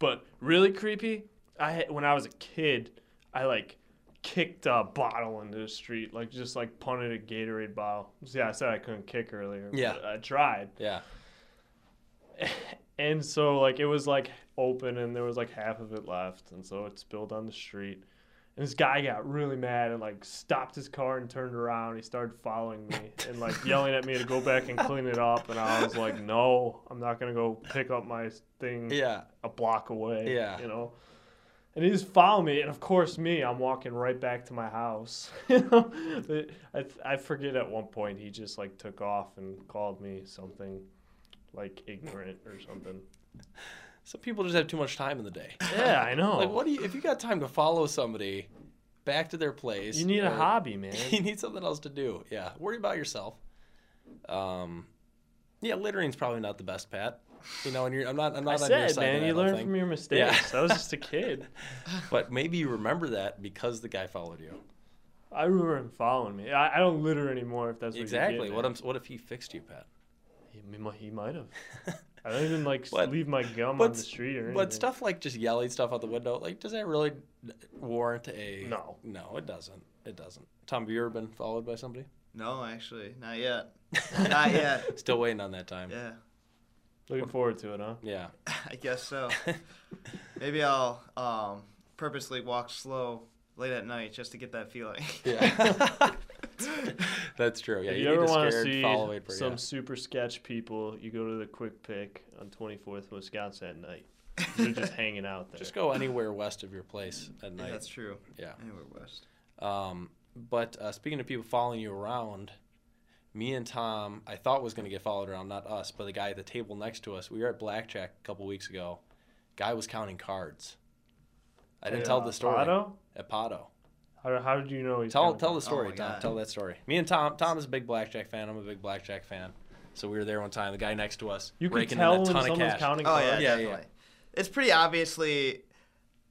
but really creepy. I had- when I was a kid, I like kicked a bottle into the street, like just like punted a Gatorade bottle. Yeah, I said I couldn't kick earlier. but
Yeah.
I tried.
Yeah.
And so like it was like open and there was like half of it left, and so it spilled on the street. And this guy got really mad and like stopped his car and turned around. He started following me and like yelling at me to go back and clean it up. And I was like, "No, I'm not gonna go pick up my thing
Yeah.
a block away."
Yeah.
you know. And he just followed me, and of course me, I'm walking right back to my house. [LAUGHS] You know, But I I forget at one point he just like took off and called me something like ignorant or something.
Some people just have too much time in the day.
Yeah, I know.
Like, what do you? If you got time to follow somebody back to their place,
You need a
or-
hobby, man.
[LAUGHS] You need something else to do. Yeah, worry about yourself. Um, yeah, littering's probably not the best, Pat. You know, and you're, I'm not. I'm not
I
on your
said,
side.
man, you learn from your mistakes.
[LAUGHS]
I was just a kid.
But maybe you remember that because the guy followed you.
I remember him following me. I, I don't litter anymore. If that's what
Exactly.
You
What I'm. What if he fixed you, Pat?
he, mi- he might
[LAUGHS]
have. I don't even like s-
But-
leave my gum on
but
the
s-
street or anything.
But stuff like just yelling stuff out the window, like, does that really warrant a?
No.
No, it doesn't. It doesn't. Tom, have you ever been followed by somebody?
No, actually, not yet. Not yet. [LAUGHS]
Still waiting on that time.
Yeah,
Looking forward to it, huh?
Yeah.
I guess
[LAUGHS]
so. Maybe I'll um, purposely walk slow late at night just to get that feeling.
Yeah. [LAUGHS] That's true. Yeah.
if [LAUGHS] you ever
need a
want to
scared
see
follow-away per-
some
yeah.
super sketch people, you go to the Quick Pick on 24th Wisconsin at night. They're [LAUGHS] just hanging out there.
Just go anywhere west of your place at
Yeah, [LAUGHS]
night.
that's true.
Yeah.
Anywhere west.
Um, but uh, speaking of people following you around, me and Tom, I thought was going to get followed around, not us, but the guy at the table next to us. We were at Blackjack a couple weeks ago. Guy was counting cards. I didn't tell the story.
Otto?
At Pato.
How, how did you know he's
Tell
coming?
tell the story,
Oh my
Tom.
God.
Tell that story. Me and Tom. Tom is a big blackjack fan. I'm a big blackjack fan. So we were there one time. The guy next to us [LAUGHS]
You can
raking
tell
in a
when
ton of
someone's
cash.
counting
Oh
cards.
yeah,
Yeah, yeah.
definitely. It's pretty obviously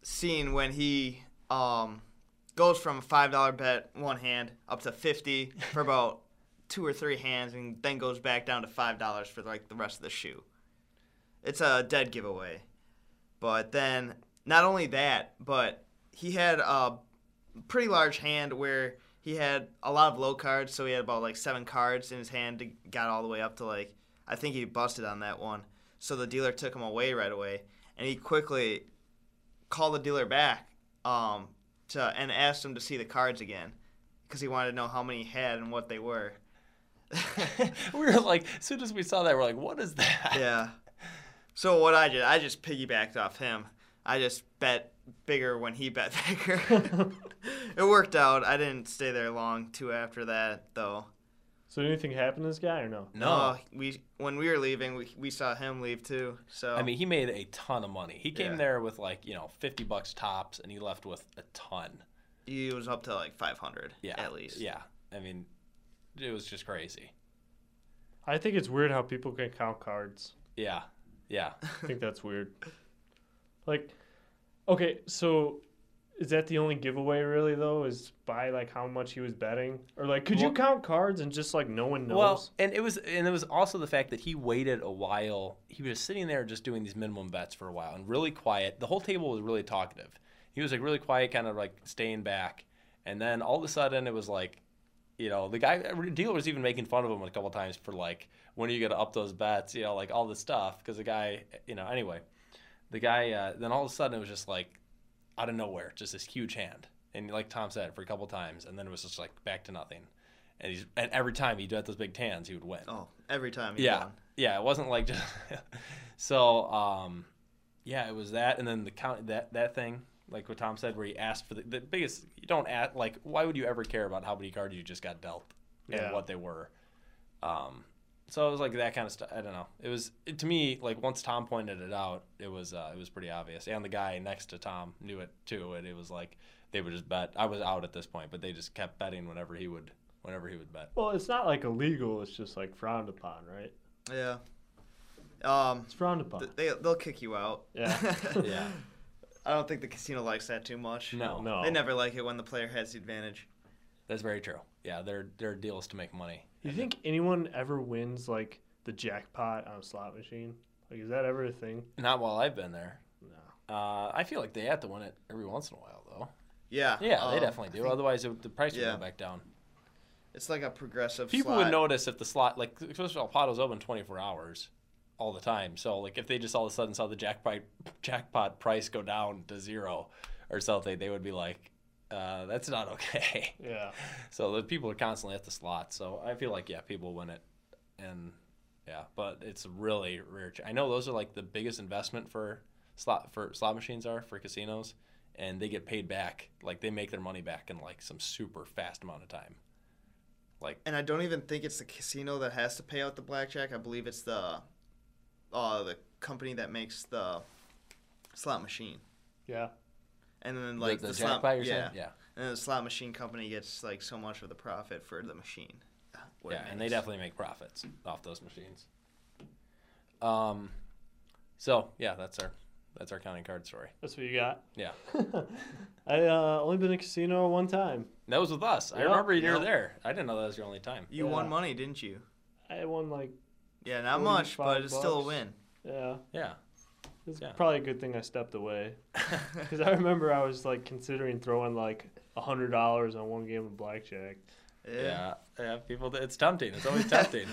seen when he um, goes from a five dollar bet one hand up to
[LAUGHS]
fifty for about two or three hands, and then goes back down to five dollars for like the rest of the shoe. It's a dead giveaway. But then not only that, but he had uh, a pretty large hand where he had a lot of low cards, so he had about like seven cards in his hand. To, got all the way up to like I think he busted on that one, so the dealer took him away right away, and he quickly called the dealer back um, to and asked him to see the cards again because he wanted to know how many he had and what they were. [LAUGHS]
we were like, as soon as we saw that, we're like, what is that?
Yeah. So what I did, I just piggybacked off him. I just bet bigger when he bet [LAUGHS] bigger.
[LAUGHS]
it worked out. I didn't stay there long too after that though.
So anything happened to this guy or no?
No.
Uh, we when we were leaving, we, we saw him leave too. So
I mean, he made a ton of money. He came
oh. Yeah.
there with like, you know, 50 bucks tops and he left with a ton.
he was up to like 500
Yeah.
at least.
Yeah. I mean, it was just crazy.
I think it's weird how people can count cards.
Yeah.
[LAUGHS]
Yeah.
I think that's weird. Like, okay, so is that the only giveaway really though? Is by like how much he was betting, or like could you
Well-
count cards and just like no one knows?
Well, and it was and it was also the fact that he waited a while. He was sitting there just doing these minimum bets for a while and really quiet. The whole table was really talkative. He was like really quiet, kind of like staying back. And then all of a sudden it was like, you know, the guy dealer was even making fun of him a couple times for like when are you gonna up those bets, you know, like all this stuff because the guy, you know, anyway, the guy. Uh, then all of a sudden it was just like out of nowhere, just this huge hand. And like Tom said, for a couple times, and then it was just like back to nothing. And he's and every time he'd bet those big tans, he would win. [LAUGHS]
Oh, every time. he
yeah,
won.
yeah. It wasn't like just [LAUGHS] so. Um, yeah, it was that, and then the count that that thing, like what Tom said, where he asked for the, the biggest. You don't ask like why would you ever care about how many cards you just got dealt
Yeah.
and what they were. Um, so it was like that kind of stuff. I don't know. It was it, to me like once Tom pointed it out, it was uh, it was pretty obvious, and the guy next to Tom knew it too, and it was like they would just bet. I was out at this point, but they just kept betting whenever he would whenever he would bet.
Well, it's not like illegal. It's just like frowned upon, right?
Yeah. Um,
It's frowned upon.
th- they they'll kick you out.
[LAUGHS]
yeah.
Yeah.
I don't think the casino likes that too much.
No.
No.
They never like it when the player has the advantage.
That's very true. Yeah, their their deal is to make money.
Do you think anyone ever wins like the jackpot on a slot machine? Like, is that ever a thing?
Not while I've been there.
No.
Uh, I feel like they have to win it every once in a while, though.
Yeah.
Yeah,
um,
they definitely do. Otherwise, it, would- the price would
yeah.
go back down.
It's like a progressive.
People
slot.
would notice if the slot, like, first of all, Pato's open 24 hours all the time. So, like, if they just all of a sudden saw the jackpot jackpot price go down to zero or something, they would be like, uh, that's not okay.
Yeah.
[LAUGHS] So the people are constantly at the slot. So I feel like yeah, people win it, and yeah, but it's really rare. ch- I know those are like the biggest investment for slot for slot machines are for casinos, and they get paid back. Like they make their money back in like some super fast amount of time.
And I don't even think it's the casino that has to pay out the blackjack. I believe it's the, uh, the company that makes the slot machine.
Yeah.
And then like the,
the, the
slot,
jackpot, you're
yeah.
saying? yeah,
And then the slot machine company gets like so much of the profit for the machine. What a
yeah, and they
menace.
definitely make profits off those machines. Um, so yeah, that's our that's our counting card story.
That's what you got.
Yeah,
[LAUGHS] I uh, only been in a casino one time.
that was with us. I
Yeah,
remember you were
yeah.
there. I didn't know that was your only time.
You won
Yeah.
money, didn't you?
I won like
Yeah, not much, but
45
it's still a
bucks.
win.
yeah.
Yeah,
It's
Yeah.
probably a good thing I stepped
[LAUGHS]
away because I remember I was like considering throwing like a hundred dollars on one game of blackjack.
Yeah, yeah. People, it's tempting. It's always tempting.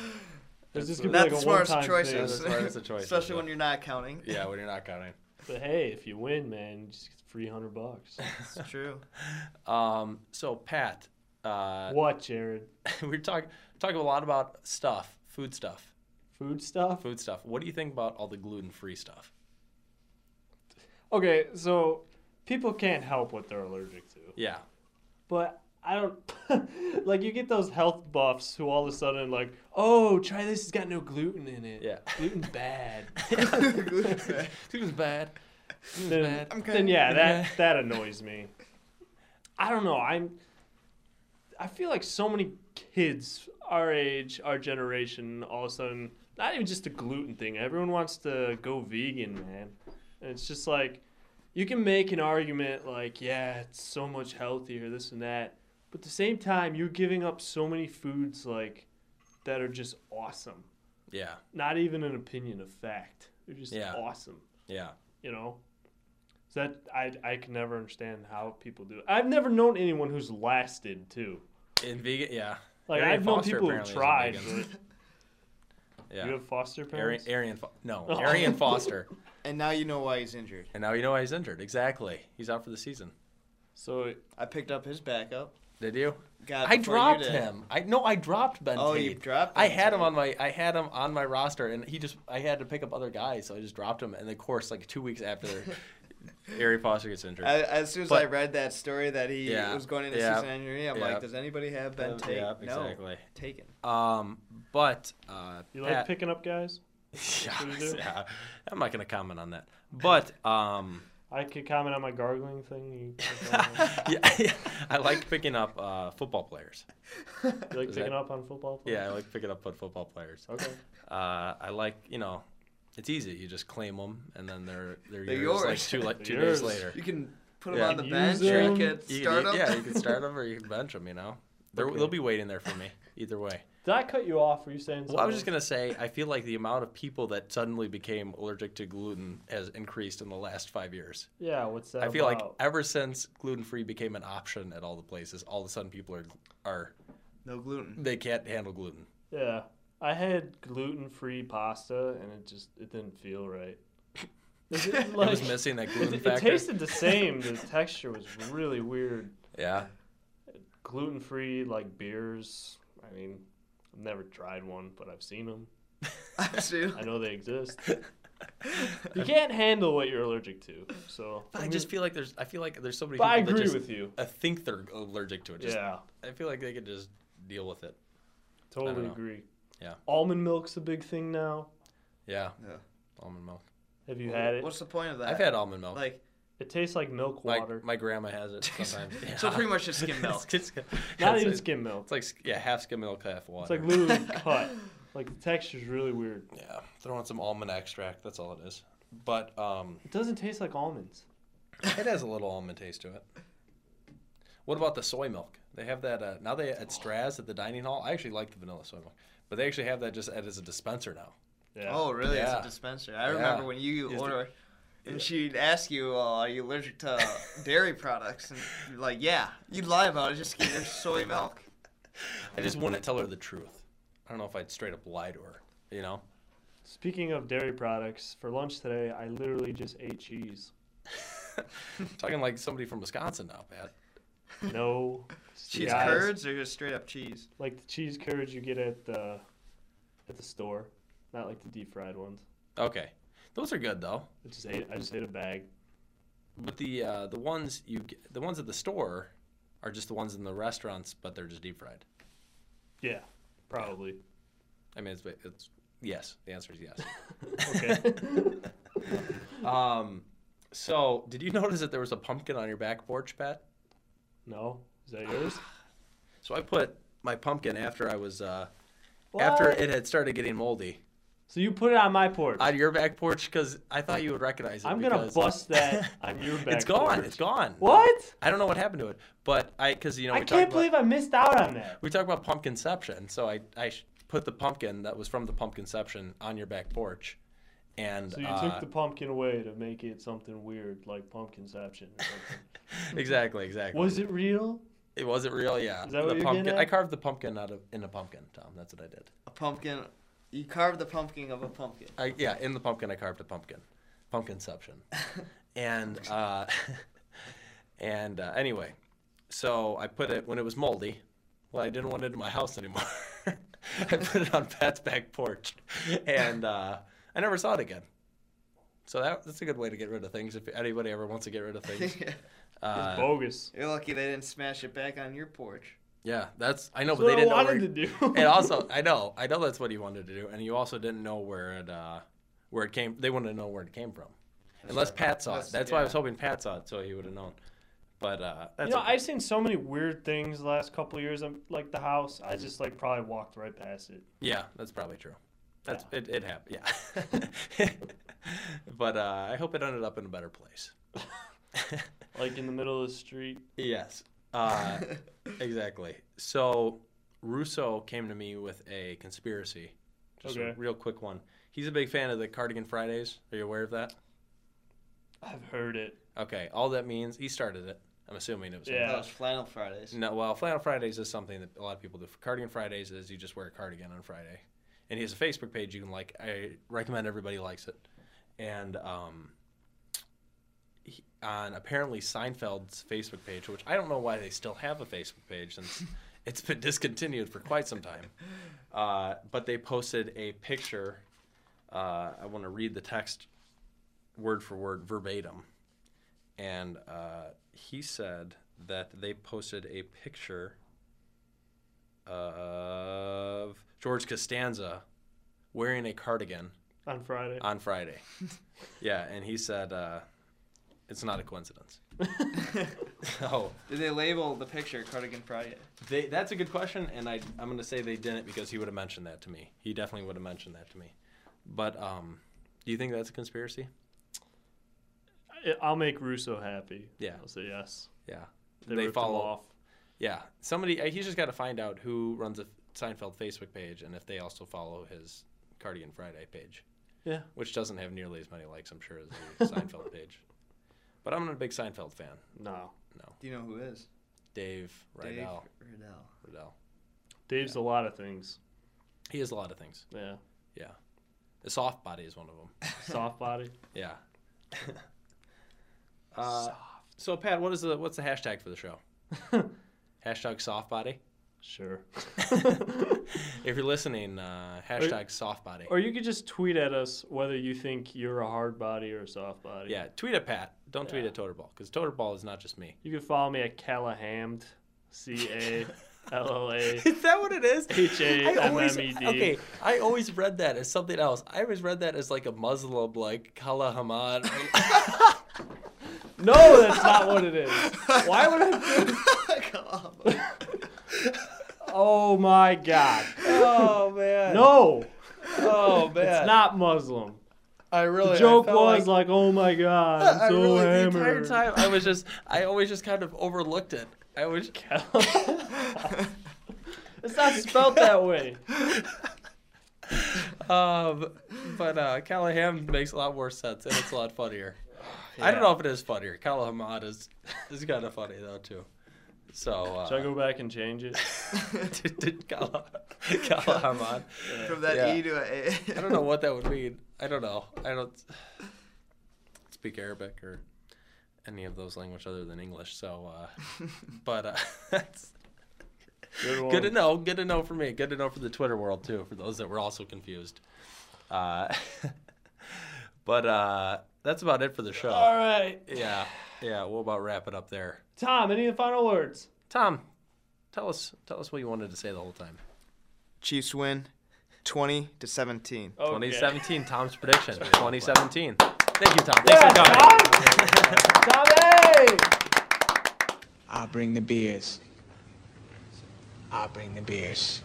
It's just gonna
Not
be like
the
a
smartest
one-time
choices.
thing.
That's
[LAUGHS]
why it's a choice,
Especially
yeah.
when you're not counting.
yeah, when you're not counting.
But hey, if you win, man, you just get three hundred
[LAUGHS]
bucks.
It's true.
Um, so Pat, uh,
what, Jared?
[LAUGHS] we're talking talking a lot about stuff, food stuff,
Food stuff?
food stuff. What do you think about all the gluten free stuff?
Okay, so people can't help what they're allergic to.
Yeah,
But I don't [LAUGHS] like you get those health buffs who all of a sudden like, oh, try this, it's got no gluten in it.
Yeah.
Gluten's
[LAUGHS]
bad.
food was bad. Food was
then,
bad.
then
[LAUGHS]
yeah, that that annoys me. I don't know. I'm. I feel like so many kids our age, our generation, all of a sudden, not even just the gluten thing. Everyone wants to go vegan, man, and it's just like, you can make an argument like, yeah, it's so much healthier, this and that, but at the same time, you're giving up so many foods like, that are just awesome.
Yeah,
Not even an opinion, a fact. They're just
Yeah.
awesome
yeah.
you know so that I, I can never understand how people do it i've never known anyone who's lasted too
In vegan, yeah.
like
Arian
i've known
Foster
people who
apparently is a
tried
vegan.
but
[LAUGHS] Yeah.
you have foster
Arian,
parents
Arian, Fo-
[LAUGHS]
no,
Oh.
Arian Foster,
And now you know why he's injured.
and now you know why he's injured. Exactly, he's out for the season.
so
I picked up his backup.
Did you?
Got it
I
before you
dropped
did.
him. I no, I dropped Ben
Oh,
Tate.
you dropped
I
Ben
had him
Tate.
on my I had him on my roster, and he just I had to pick up other guys, so I just dropped him. And of course, like two weeks after, Harry Foster gets injured.
I, as soon as I
But-
read that story that he
Yeah,
was going into
yeah,
season injury, I'm
yeah.
like, does anybody have Ben Tate?
Yeah,
no,
exactly.
taken.
[LAUGHS]
[LAUGHS]
Um, but uh,
you like
Pat-
picking up guys
[LAUGHS] yeah,
what you do?
yeah. I'm not gonna comment on that. But um, [LAUGHS]
i could comment on my gargling thing you,
yeah, [LAUGHS] I like picking up uh, football players.
you like
Is
picking
that-
up on football players?
Yeah, I like picking up on football players.
okay
Uh, I like you know. It's easy. You just claim them, and then they're they're,
They're
yours, like
yours.
two
[LAUGHS]
like
They're
two
yours.
days later.
You can put him
Yeah.
on the
Use
bench, or
him.
you could
You could
start
e-
him.
Yeah, you can start them or you can bench them. You know, They're
Okay.
they'll be waiting there for me either way.
did i cut you off were you saying something
Well, I was just gonna say, I feel like the amount of people that suddenly became allergic to gluten has increased in the last five years.
yeah what's that
I feel like
about?
ever since gluten free became an option at all the places, all of a sudden people [LAUGHS] are are
no
[LAUGHS]
gluten.
they can't handle gluten.
yeah i had gluten-free pasta and it just it didn't feel
[LAUGHS]
right Is it
It was
[LAUGHS] like-
missing that gluten
It, it
factor.
tasted
[LAUGHS]
the same. The texture was really weird.
yeah,
Gluten free, like beers. I mean, I've never tried one, but I've seen them.
Actually,
I know they exist.
[LAUGHS]
You can't handle what you're allergic to. So,
but I just feel like there's I feel like there's so many
but
people
I
that
agree
just
with you.
I think they're allergic to it. Just,
yeah,
I feel like they could just deal with it.
totally
know.
agree.
Yeah.
Almond milk's a big thing now.
Yeah,
Yeah.
almond milk.
Have you had it?
What's the point of that?
I've had almond milk.
[LAUGHS]
like
It tastes like milk
My,
water.
my grandma has
[LAUGHS]
it sometimes.
[LAUGHS] So
Yeah.
pretty much
[LAUGHS]
just skim milk.
It's- it's-
Not
it's-
even skim milk.
It's like sk- yeah, half skim milk, half water.
It's like literally cut. Like the texture's really weird.
yeah, throw in some almond extract. That's all it is. But
[LAUGHS]
um,
It doesn't taste like almonds.
it has a little almond taste to it. What about the soy milk? They have that uh, now. They at Straz at the dining hall. I actually like the vanilla soy milk, but they actually have that just at- as a dispenser now.
Yeah.
Oh, really? It's
Yeah.
a dispenser. I remember
Yeah.
when you
Used to-
order, and she'd ask you, uh, "Are you allergic to dairy products?" And you're like, "Yeah." You'd lie about it. Just get your soy
[LAUGHS]
milk.
I just wouldn't tell her the truth. I don't know if I'd straight up lie to her. You know,
Speaking of dairy products, for lunch today I literally just ate cheese.
talking like somebody from Wisconsin now, Pat.
No
Cheese
guys,
curds or just straight up cheese?
Like the cheese curds you get at the at the store, not like the deep fried ones.
Okay, those are good though.
I just ate. I just ate a bag.
But the uh, the ones you get, the ones at the store are just the ones in the restaurants, but they're just deep fried.
Yeah, probably.
I mean, it's it's yes. The answer is yes.
Okay.
[LAUGHS] um, so did you [LAUGHS] notice that there was a pumpkin on your back porch, Pat?
no, is that yours?
So I put my pumpkin after I was uh, after
What?
it had started getting moldy
So you put it on my porch. I,
on your back porch because I thought you would recognize it.
am gonna
because- [LAUGHS]
bust that on your back.
It's gone.
porch.
It's gone.
What?
I don't know what happened to it, but I because you know we
I
talked
can't
about-
believe I missed out on that.
We talk about pumpkinception, so I I sh- put the pumpkin that was from the pumpkinception on your back porch, and
So you
uh,
took the pumpkin away to make it something weird, like pumpkinception. or something.
[LAUGHS] exactly exactly
Was it real?
it wasn't real, yeah.
Is that what
the
you're getting
pumpkin. I
at?
carved the pumpkin out of in a pumpkin, Tom. That's what I did.
A pumpkin. You carve the pumpkin of a pumpkin.
I, yeah, in the pumpkin, I carved a pumpkin, pumpkinception, and uh, [LAUGHS] and uh, anyway, so I put it when it was moldy. Well, I didn't want it in my house anymore. [LAUGHS] I put it on Pat's back porch, and uh, I never saw it again. So that, that's a good way to get rid of things. If anybody ever wants to get rid of things,
it's bogus.
[LAUGHS] You're lucky they didn't smash it back on your porch.
yeah, that's I know, but
That's
they
what
didn't
I
know where.
wanted to [LAUGHS] do.
and also, I know, I know that's what he wanted to do, and you also didn't know where it, uh, where it came. They wouldn't have known where it came from, unless Pat saw it.
Unless-
That's why I
yeah.
was hoping Pat saw it, so he would have known. But uh, that's
you know,
okay.
I've seen so many weird things the last couple of years. I'm like the house. I just like probably walked right past it.
yeah, that's probably true. That's it. It happened. Yeah. [LAUGHS] but uh, I hope it ended up in a better place. [LAUGHS]
Like in the middle of the street.
Yes. Uh, [LAUGHS] exactly. So Russo came to me with a conspiracy. Just a
Okay.
real quick one. He's a big fan of the Cardigan Fridays. Are you aware of that?
I've heard it.
Okay, all that means he started it. I'm assuming it was. him.
Yeah.
That was Flannel Fridays.
No, well, flannel Fridays is something that a lot of people do. Cardigan Fridays is you just wear a cardigan on Friday, and he has a Facebook page you can like. I recommend everybody likes it, and um, he, on apparently Seinfeld's Facebook page, which I don't know why they still have a Facebook page since it's been discontinued for quite some time. Uh, but they posted a picture. Uh, I want to read the text word for word verbatim and uh, he said that they posted a picture of George Costanza wearing a cardigan
On Friday.
on Friday. yeah, and he said uh, it's not a coincidence. Mm.
[LAUGHS]
so
Did they label the picture Cardigan Friday?
they, that's a good question, and I, I'm going to say they didn't because he would have mentioned that to me. He definitely would have mentioned that to me. But um, do you think that's a conspiracy?
I- I'll make Russo happy.
Yeah.
I'll say yes.
Yeah.
ripped him off.
Yeah, somebody. uh, He's just got to find out who runs the Seinfeld Facebook page and if they also follow his Cardigan Friday page,
Yeah.
which doesn't have nearly as many likes, I'm sure, as the [LAUGHS] Seinfeld page. But I'm not a big Seinfeld fan.
No.
Do you know who is?
Dave
Dave
Riddell.
Riddell. [LAUGHS]
Riddell.
Dave's a lot of things.
He has a lot of things.
Yeah.
Yeah, the soft body is one of them.
[LAUGHS] Soft body.
Yeah. [LAUGHS] uh, so Pat, what is the what's the hashtag for
[LAUGHS]
the show? hashtag soft body.
Sure.
[LAUGHS] If you're listening, uh, hashtag soft body.
Or you could just tweet at us whether you think you're a hard body or a soft body.
Yeah, tweet at Pat. Don't tweet at Toterball because Toterball is not just me.
You can follow me at Callahamd, C A L [LAUGHS] L A.
Is that what it is?
H A
I always-
M M E D.
Okay, I always read that as something else. I always read that as like a Muslim, like Kala Hamad.
No, that's not what [LAUGHS] it is. Why would I? do- Oh my God.
Oh man.
No,
Oh man.
it's not Muslim.
I really.
The
I
joke
felt
was like, oh my [LAUGHS] God, I'm
I
so
really, the entire
hammered.
time [LAUGHS] I was just I always just kind of overlooked it. I was [LAUGHS]
It's not spelled that [LAUGHS] way.
um, but uh, Callahan makes a lot more sense and it's a lot funnier. I don't know if it is funnier. Callahan is is kind of funny though too. So uh,
Should I go back and change it?
did, [LAUGHS] did Kala, Kala Hamad.
From that
Yeah.
E to a A.
I don't know what that would mean. I don't know. I don't speak Arabic or any of those language other than English. So,
[LAUGHS]
uh, but uh, that's
Good,
good to
one.
know. Good to know for me. Good to know for the Twitter world too. For those that were also confused. Uh, [LAUGHS] but uh, that's about it for the
All
show.
right.
Yeah, yeah. We'll about wrap it up there.
Tom, any final words?
Tom, tell us tell us what you wanted to say the whole time.
[LAUGHS] Chiefs win 20 to 17.
Okay.
2017, Tom's prediction. 2017. Thank you, Tom. Thanks
Yeah,
for coming.
Tom! Tom, hey!
I'll bring the beers. I'll bring the beers.